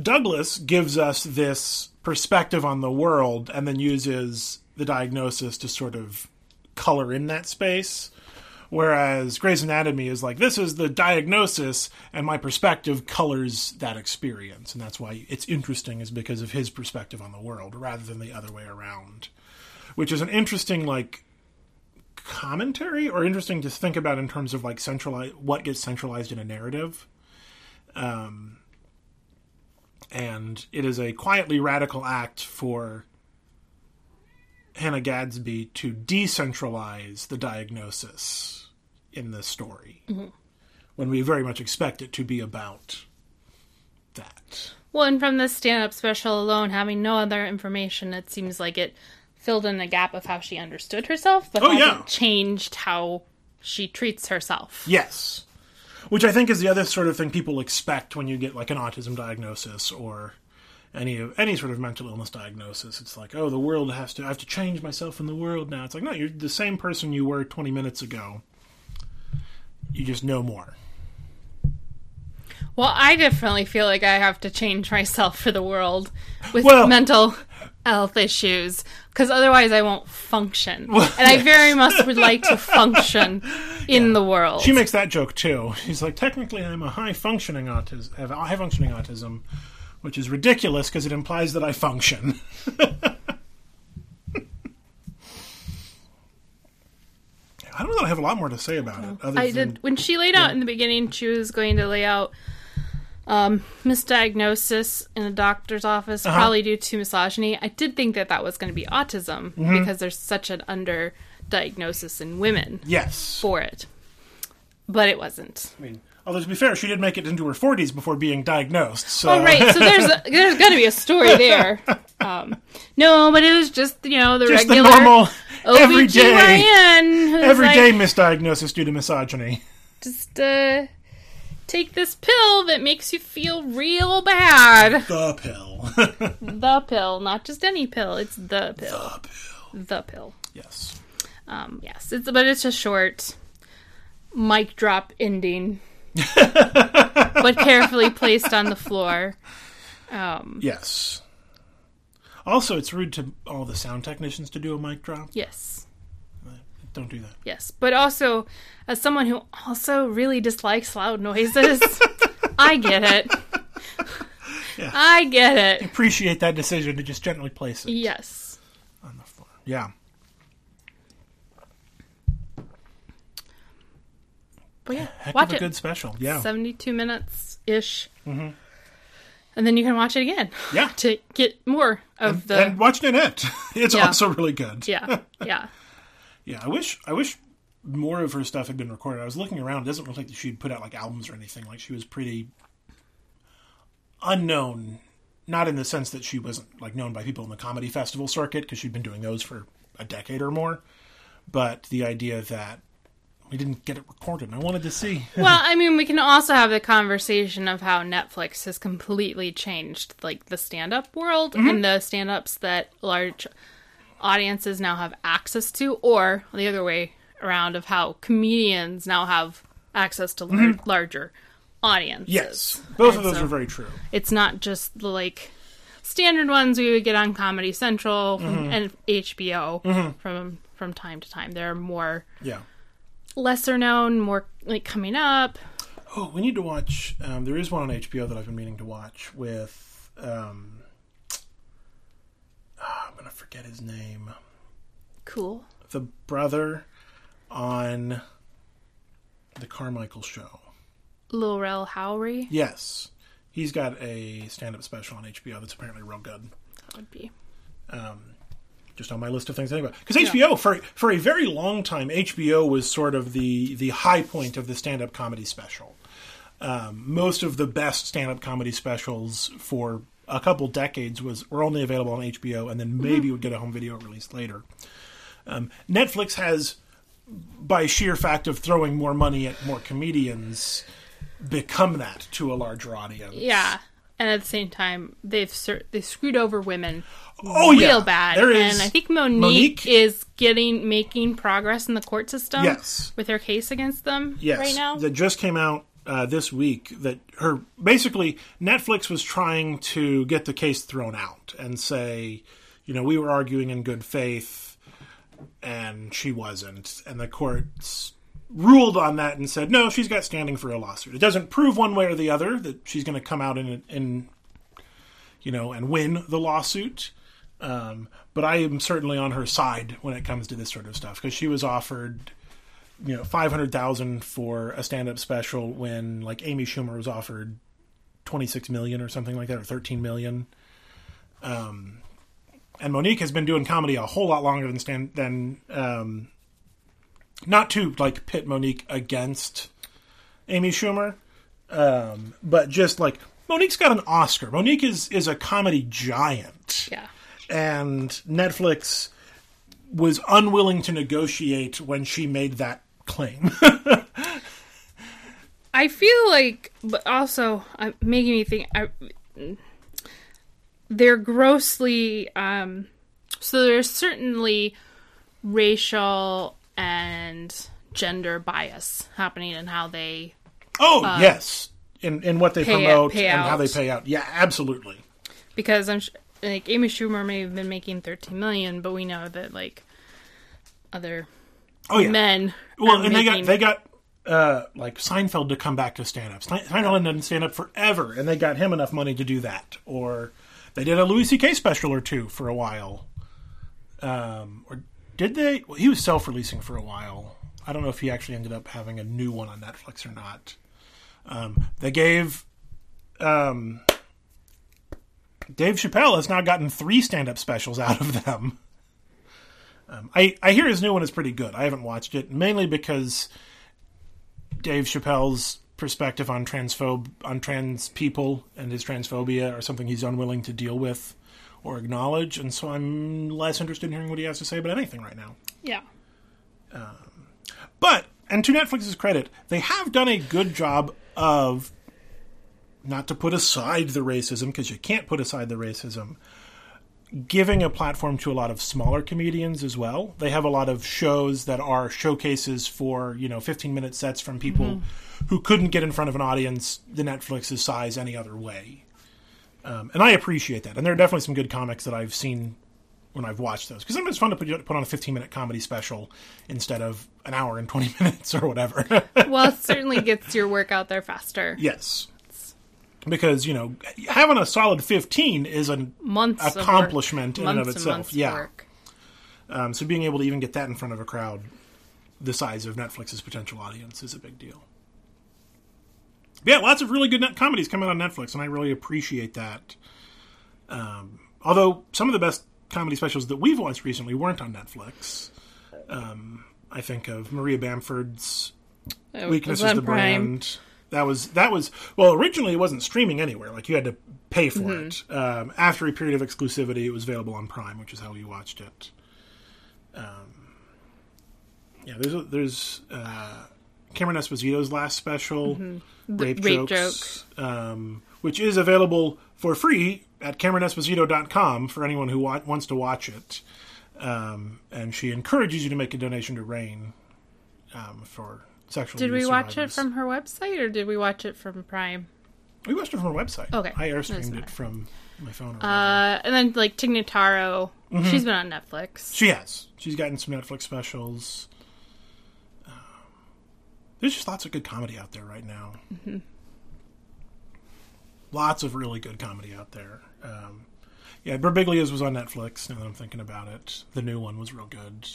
[SPEAKER 1] Douglas gives us this perspective on the world and then uses the diagnosis to sort of color in that space. Whereas Grey's Anatomy is like, this is the diagnosis, and my perspective colors that experience. And that's why it's interesting, is because of his perspective on the world rather than the other way around. Which is an interesting, like, commentary or interesting to think about in terms of, like, centralized, what gets centralized in a narrative and it is a quietly radical act for Hannah Gadsby to decentralize the diagnosis in the story when we very much expect it to be about that.
[SPEAKER 2] Well, and from this stand up special alone, having no other information, it seems like it filled in the gap of how she understood herself, but
[SPEAKER 1] Oh,
[SPEAKER 2] hasn't
[SPEAKER 1] yeah.
[SPEAKER 2] changed how she treats herself.
[SPEAKER 1] Yes. Which I think is the other sort of thing people expect when you get like an autism diagnosis or any of any sort of mental illness diagnosis. It's like, oh, the world has to I have to change myself in the world now. It's like, no, you're the same person you were 20 minutes ago. You just know more.
[SPEAKER 2] Well, I definitely feel like I have to change myself for the world with
[SPEAKER 1] Well-
[SPEAKER 2] mental health issues because otherwise I won't function. and I very much would like to function in the world.
[SPEAKER 1] She makes that joke too. She's like, technically, I'm a high functioning autism, have high functioning autism, which is ridiculous because it implies that I function. I don't know that I have a lot more to say about it. Other
[SPEAKER 2] I
[SPEAKER 1] than,
[SPEAKER 2] did when she laid out in the beginning she was going to lay out um, misdiagnosis in a doctor's office
[SPEAKER 1] Uh-huh.
[SPEAKER 2] probably due to misogyny. I did think that that was going to be autism
[SPEAKER 1] Mm-hmm.
[SPEAKER 2] because there's such an underdiagnosis in women
[SPEAKER 1] yes.
[SPEAKER 2] for it. But it wasn't.
[SPEAKER 1] I mean, although to be fair, she did make it into her 40s before being diagnosed. So
[SPEAKER 2] All Oh, right, so there's a, there's got to be a story there. Um, no, but it was just you know the
[SPEAKER 1] just the
[SPEAKER 2] regular E
[SPEAKER 1] normal, everyday,
[SPEAKER 2] OBGYN who's like,
[SPEAKER 1] everyday misdiagnosis due to misogyny.
[SPEAKER 2] just uh, take this pill that makes you feel real bad.
[SPEAKER 1] The pill.
[SPEAKER 2] The pill, not just any pill. It's the pill.
[SPEAKER 1] the pill.
[SPEAKER 2] The pill.
[SPEAKER 1] Yes.
[SPEAKER 2] Um, yes, it's but it's a short mic drop ending, but carefully placed on the floor. Um,
[SPEAKER 1] Yes. Also, it's rude to all the sound technicians to do a mic drop.
[SPEAKER 2] yes.
[SPEAKER 1] Don't do that.
[SPEAKER 2] Yes, but also as someone who also really dislikes loud noises, I get it.
[SPEAKER 1] Yeah.
[SPEAKER 2] I get it.
[SPEAKER 1] Appreciate that decision to just gently place it
[SPEAKER 2] Yes.
[SPEAKER 1] on the floor. Yeah.
[SPEAKER 2] But yeah,
[SPEAKER 1] Heck
[SPEAKER 2] watch
[SPEAKER 1] of a
[SPEAKER 2] it.
[SPEAKER 1] good special. Yeah.
[SPEAKER 2] 72 minutes ish. And then you can watch it again
[SPEAKER 1] Yeah.
[SPEAKER 2] to get more of the
[SPEAKER 1] and watch Nanette. It's
[SPEAKER 2] Yeah.
[SPEAKER 1] also really good.
[SPEAKER 2] yeah, yeah.
[SPEAKER 1] Yeah, I wish I wish more of her stuff had been recorded. I was looking around; it doesn't look like she'd put out like albums or anything. Like she was pretty unknown, not in the sense that she wasn't like known by people in the comedy festival circuit because she'd been doing those for a decade or more. But the idea that we didn't get it recorded, and I wanted to see.
[SPEAKER 2] Well, I mean, we can also have the conversation of how Netflix has completely changed like the stand-up world and the stand-ups that large audiences now have access to or the other way around of how comedians now have access to lar- larger audiences.
[SPEAKER 1] yes, both of
[SPEAKER 2] And
[SPEAKER 1] those
[SPEAKER 2] so-
[SPEAKER 1] are very true.
[SPEAKER 2] it's not just the like standard ones we would get on Comedy Central and HBO from from time to time. There are more
[SPEAKER 1] Yeah.
[SPEAKER 2] lesser known, more like coming up.
[SPEAKER 1] Oh, we need to watch. Um, there is one on HBO that I've been meaning to watch with. Um, ah, I'm gonna forget his name.
[SPEAKER 2] Cool.
[SPEAKER 1] the brother on the Carmichael show.
[SPEAKER 2] Lorel Howery
[SPEAKER 1] Yes. He's got a stand up special on HBO that's apparently real good.
[SPEAKER 2] that would be.
[SPEAKER 1] Just on my list of things anyway. Because HBO for for a very long time, HBO was sort of the the high point of the stand up comedy special. Um, most of the best stand up comedy specials for a couple decades was were only available on HBO, and then
[SPEAKER 2] Mm-hmm.
[SPEAKER 1] maybe would get a home video release later. Um, Netflix has, by sheer fact of throwing more money at more comedians, become that to a larger audience.
[SPEAKER 2] Yeah. And at the same time, they've cer- they screwed over women
[SPEAKER 1] Oh
[SPEAKER 2] real
[SPEAKER 1] yeah,
[SPEAKER 2] bad.
[SPEAKER 1] There is,
[SPEAKER 2] and I think Monique,
[SPEAKER 1] Monique-
[SPEAKER 2] is getting making progress in the court system
[SPEAKER 1] Yes.
[SPEAKER 2] with her case against them
[SPEAKER 1] yes,
[SPEAKER 2] right now.
[SPEAKER 1] that just came out uh, this week that her basically Netflix was trying to get the case thrown out and say, you know, we were arguing in good faith and she wasn't, and the courts ruled on that and said no, she's got standing for a lawsuit. It doesn't prove one way or the other that she's going to come out in in you know and win the lawsuit. Um, but I am certainly on her side when it comes to this sort of stuff because she was offered you know, five hundred thousand for a stand-up special when like Amy Schumer was offered twenty-six million or something like that, or thirteen million. Um, and Monique has been doing comedy a whole lot longer than stand than um, not to like pit Monique against Amy Schumer, um, but just like Monique's got an Oscar. Monique is is a comedy giant
[SPEAKER 2] yeah.
[SPEAKER 1] and Netflix was unwilling to negotiate when she made that claim.
[SPEAKER 2] I feel like, but also uh, making me think. I, they're grossly. Um, so there's certainly racial and gender bias happening in how they.
[SPEAKER 1] oh, yes, in in what they
[SPEAKER 2] pay-
[SPEAKER 1] promote
[SPEAKER 2] pay
[SPEAKER 1] and how
[SPEAKER 2] out.
[SPEAKER 1] they pay out. Yeah, absolutely.
[SPEAKER 2] Because I'm sh- like Amy Schumer may have been making 13 million, but we know that like other
[SPEAKER 1] Oh yeah.
[SPEAKER 2] men.
[SPEAKER 1] well,
[SPEAKER 2] are
[SPEAKER 1] and they
[SPEAKER 2] making-
[SPEAKER 1] got they got uh like Seinfeld to come back to stand up. Seinfeld didn't stand up forever, and they got him enough money to do that. Or they did a Louis C.K. special or two for a while. Um, or did they? Well, he was self releasing for a while. I don't know if he actually ended up having a new one on Netflix or not. Um, they gave um, Dave Chappelle has now gotten three stand up specials out of them. Um, I, I hear his new one is pretty good. I haven't watched it mainly because Dave Chappelle's perspective on transphobe on trans people and his transphobia are something he's unwilling to deal with or acknowledge, and so I'm less interested in hearing what he has to say about anything right now.
[SPEAKER 2] Yeah.
[SPEAKER 1] But and to Netflix's credit, they have done a good job of not to put aside the racism because you can't put aside the racism. Giving a platform to a lot of smaller comedians as well. They have a lot of shows that are showcases for you know 15 minute sets from people who couldn't get in front of an audience the Netflix's size any other way. Um, and I appreciate that. And there are definitely some good comics that I've seen when I've watched those because sometimes it's fun to put put on a fifteen minute comedy special instead of an hour and twenty minutes or whatever.
[SPEAKER 2] well, it certainly gets your work out there faster.
[SPEAKER 1] yes, because you know having a solid fifteen is an
[SPEAKER 2] Months of work.
[SPEAKER 1] accomplishment in and of
[SPEAKER 2] months and
[SPEAKER 1] itself.
[SPEAKER 2] months of
[SPEAKER 1] yeah.
[SPEAKER 2] work.
[SPEAKER 1] Um, so being able to even get that in front of a crowd the size of Netflix's potential audience is a big deal. But yeah, lots of really good net comedies come out on Netflix, and I really appreciate that. Um, although some of the best comedy specials that we've watched recently weren't on Netflix. Um, I think of Maria Bamford's
[SPEAKER 2] It
[SPEAKER 1] Weakness
[SPEAKER 2] was
[SPEAKER 1] is the
[SPEAKER 2] on Prime.
[SPEAKER 1] brand. That was that was well originally it wasn't streaming anywhere. Like you had to pay for
[SPEAKER 2] Mm-hmm.
[SPEAKER 1] it. Um, after a period of exclusivity, it was available on Prime, which is how we watched it. Um, yeah, there's a, there's uh, Cameron Esposito's last special, rape,
[SPEAKER 2] Mm-hmm. Rape
[SPEAKER 1] jokes, Um, which is available for free at CameronEsposito.com for anyone who wa- wants to watch it. Um, and she encourages you to make a donation to Rain um, for sexual.
[SPEAKER 2] Did
[SPEAKER 1] abuse
[SPEAKER 2] we watch it
[SPEAKER 1] survivors.
[SPEAKER 2] from her website or did we watch it from Prime?
[SPEAKER 1] We watched it from her website.
[SPEAKER 2] Okay.
[SPEAKER 1] I air
[SPEAKER 2] That's
[SPEAKER 1] streamed
[SPEAKER 2] fine.
[SPEAKER 1] it from my phone. Or whatever.
[SPEAKER 2] Uh, and then like Tignataro,
[SPEAKER 1] Mm-hmm.
[SPEAKER 2] she's been on Netflix.
[SPEAKER 1] she has. She's gotten some Netflix specials. Um, There's just lots of good comedy out there right now. Lots of really good comedy out there. Um, yeah, Birbiglia's was on Netflix. Now that I'm thinking about it, the new one was real good.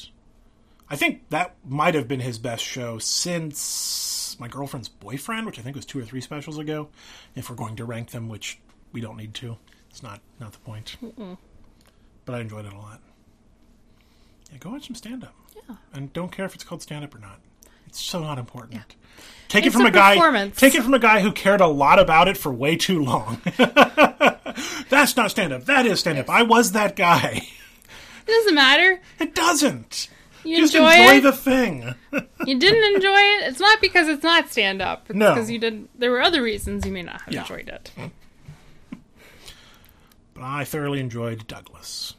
[SPEAKER 1] I think that might have been his best show since My Girlfriend's Boyfriend, which I think was two or three specials ago. If we're going to rank them, which we don't need to, it's not not the point. But I enjoyed it a lot. Yeah, go watch some stand up. Yeah, and don't care if it's called stand up or not. It's so not important. Take
[SPEAKER 2] It's
[SPEAKER 1] it from
[SPEAKER 2] a
[SPEAKER 1] a guy.
[SPEAKER 2] performance.
[SPEAKER 1] Take it from a guy who cared a lot about it for way too long. That's not stand up. That is stand up. I was that guy.
[SPEAKER 2] It doesn't matter.
[SPEAKER 1] It doesn't.
[SPEAKER 2] You
[SPEAKER 1] Just
[SPEAKER 2] enjoy,
[SPEAKER 1] enjoy
[SPEAKER 2] it.
[SPEAKER 1] the thing.
[SPEAKER 2] you didn't enjoy it. It's not because it's not stand up. It's
[SPEAKER 1] No.
[SPEAKER 2] because you didn't. There were other reasons you may not have
[SPEAKER 1] Yeah.
[SPEAKER 2] enjoyed it.
[SPEAKER 1] But I thoroughly enjoyed Douglas.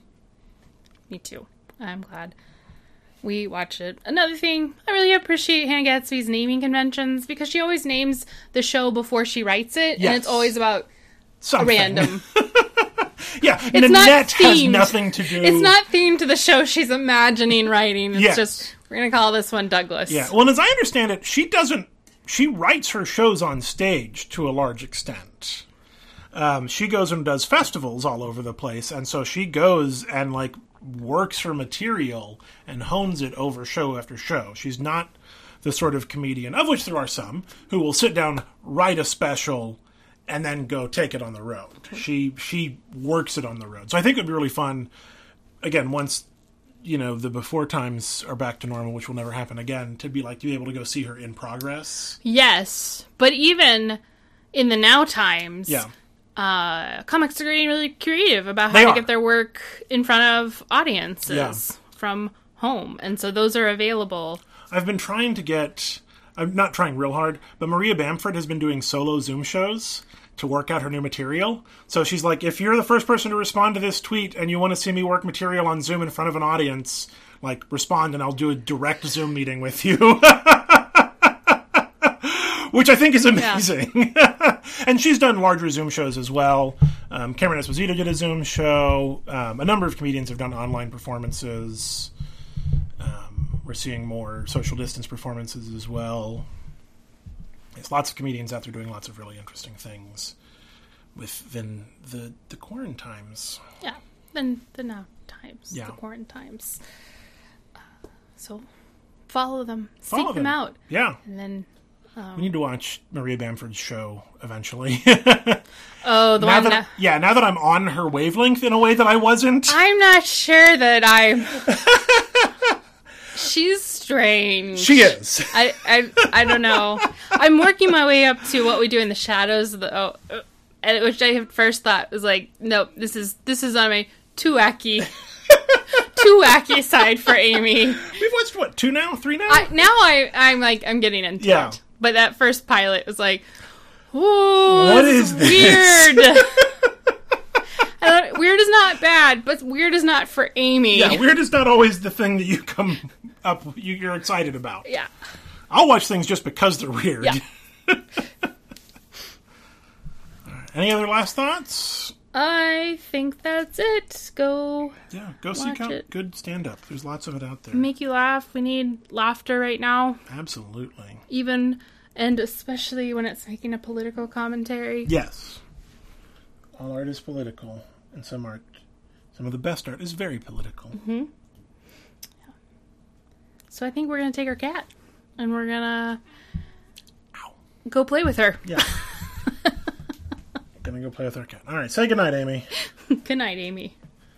[SPEAKER 2] Me too. I'm glad we watched it. Another thing, I really appreciate Hannah Gadsby's naming conventions because she always names the show before she writes it, and
[SPEAKER 1] Yes.
[SPEAKER 2] it's always about
[SPEAKER 1] Something.
[SPEAKER 2] random.
[SPEAKER 1] yeah,
[SPEAKER 2] It's not
[SPEAKER 1] Nanette has
[SPEAKER 2] themed.
[SPEAKER 1] nothing to do.
[SPEAKER 2] It's not themed to the show she's imagining writing. It's
[SPEAKER 1] Yes.
[SPEAKER 2] just we're gonna call this one Douglas.
[SPEAKER 1] Yeah. Well, as I understand it, she doesn't. She writes her shows on stage to a large extent. Um, she goes and does festivals all over the place, and so she goes and like works her material and hones it over show after show. She's not the sort of comedian, of which there are some, who will sit down, write a special, and then go take it on the road. She she works it on the road. So I think it would be really fun. Again, once you know the before times are back to normal, which will never happen again, to be like to be able to go see her in progress.
[SPEAKER 2] Yes, but even in the now times,
[SPEAKER 1] Yeah.
[SPEAKER 2] uh, comics are getting really creative about how
[SPEAKER 1] They
[SPEAKER 2] to
[SPEAKER 1] are.
[SPEAKER 2] get their work in front of audiences
[SPEAKER 1] Yeah.
[SPEAKER 2] from home, and so those are available.
[SPEAKER 1] I've been trying to get. I'm not trying real hard, but Maria Bamford has been doing solo Zoom shows to work out her new material. So she's like, if you're the first person to respond to this tweet and you want to see me work material on Zoom in front of an audience, like respond and I'll do a direct Zoom meeting with you. Which I think is amazing. and she's done larger Zoom shows as well. Um, Cameron Esposito did a Zoom show. Um, a number of comedians have done online performances. Um, we're seeing more social distance performances as well. There's lots of comedians out there doing lots of really interesting things within the the quarantines.
[SPEAKER 2] Yeah, than the now times,
[SPEAKER 1] Yeah.
[SPEAKER 2] the current times. Uh, So follow them, seek
[SPEAKER 1] Follow
[SPEAKER 2] them. out,
[SPEAKER 1] Yeah,
[SPEAKER 2] and then
[SPEAKER 1] we need to watch Maria Bamford's show eventually.
[SPEAKER 2] oh,
[SPEAKER 1] now
[SPEAKER 2] the one
[SPEAKER 1] that,
[SPEAKER 2] that-
[SPEAKER 1] yeah, now that I'm on her wavelength in a way that I wasn't.
[SPEAKER 2] I'm not sure that I'm. She's strange.
[SPEAKER 1] she is.
[SPEAKER 2] I, I I don't know. I'm working my way up to what we do in the shadows, though, uh, and which I at first thought was like, nope, this is this is on my too wacky, too wacky side for Amy.
[SPEAKER 1] We've watched what two now, three now.
[SPEAKER 2] I, now I I'm like I'm getting into
[SPEAKER 1] Yeah.
[SPEAKER 2] it, but that first pilot was like, ooh,
[SPEAKER 1] What
[SPEAKER 2] this
[SPEAKER 1] is
[SPEAKER 2] is
[SPEAKER 1] this?
[SPEAKER 2] weird. I thought, weird is not bad, but weird is not for Amy.
[SPEAKER 1] yeah, weird is not always the thing that you come up you, you're excited about.
[SPEAKER 2] yeah.
[SPEAKER 1] I'll watch things just because they're weird.
[SPEAKER 2] Yeah.
[SPEAKER 1] All right. Any other last thoughts?
[SPEAKER 2] I think that's it. Go
[SPEAKER 1] Yeah, go seek
[SPEAKER 2] Watch
[SPEAKER 1] out
[SPEAKER 2] it.
[SPEAKER 1] good stand up. There's lots of it out there.
[SPEAKER 2] make you laugh. We need laughter right now,
[SPEAKER 1] Absolutely.
[SPEAKER 2] even and especially when it's making a political commentary.
[SPEAKER 1] Yes. All art is political, and some art, some of the best art is very political.
[SPEAKER 2] Mm-hmm. So I think we're gonna take our cat and we're gonna
[SPEAKER 1] Ow.
[SPEAKER 2] go play with her.
[SPEAKER 1] Yeah. Gonna go play with our cat. All right, say goodnight, Amy.
[SPEAKER 2] Good night, Amy.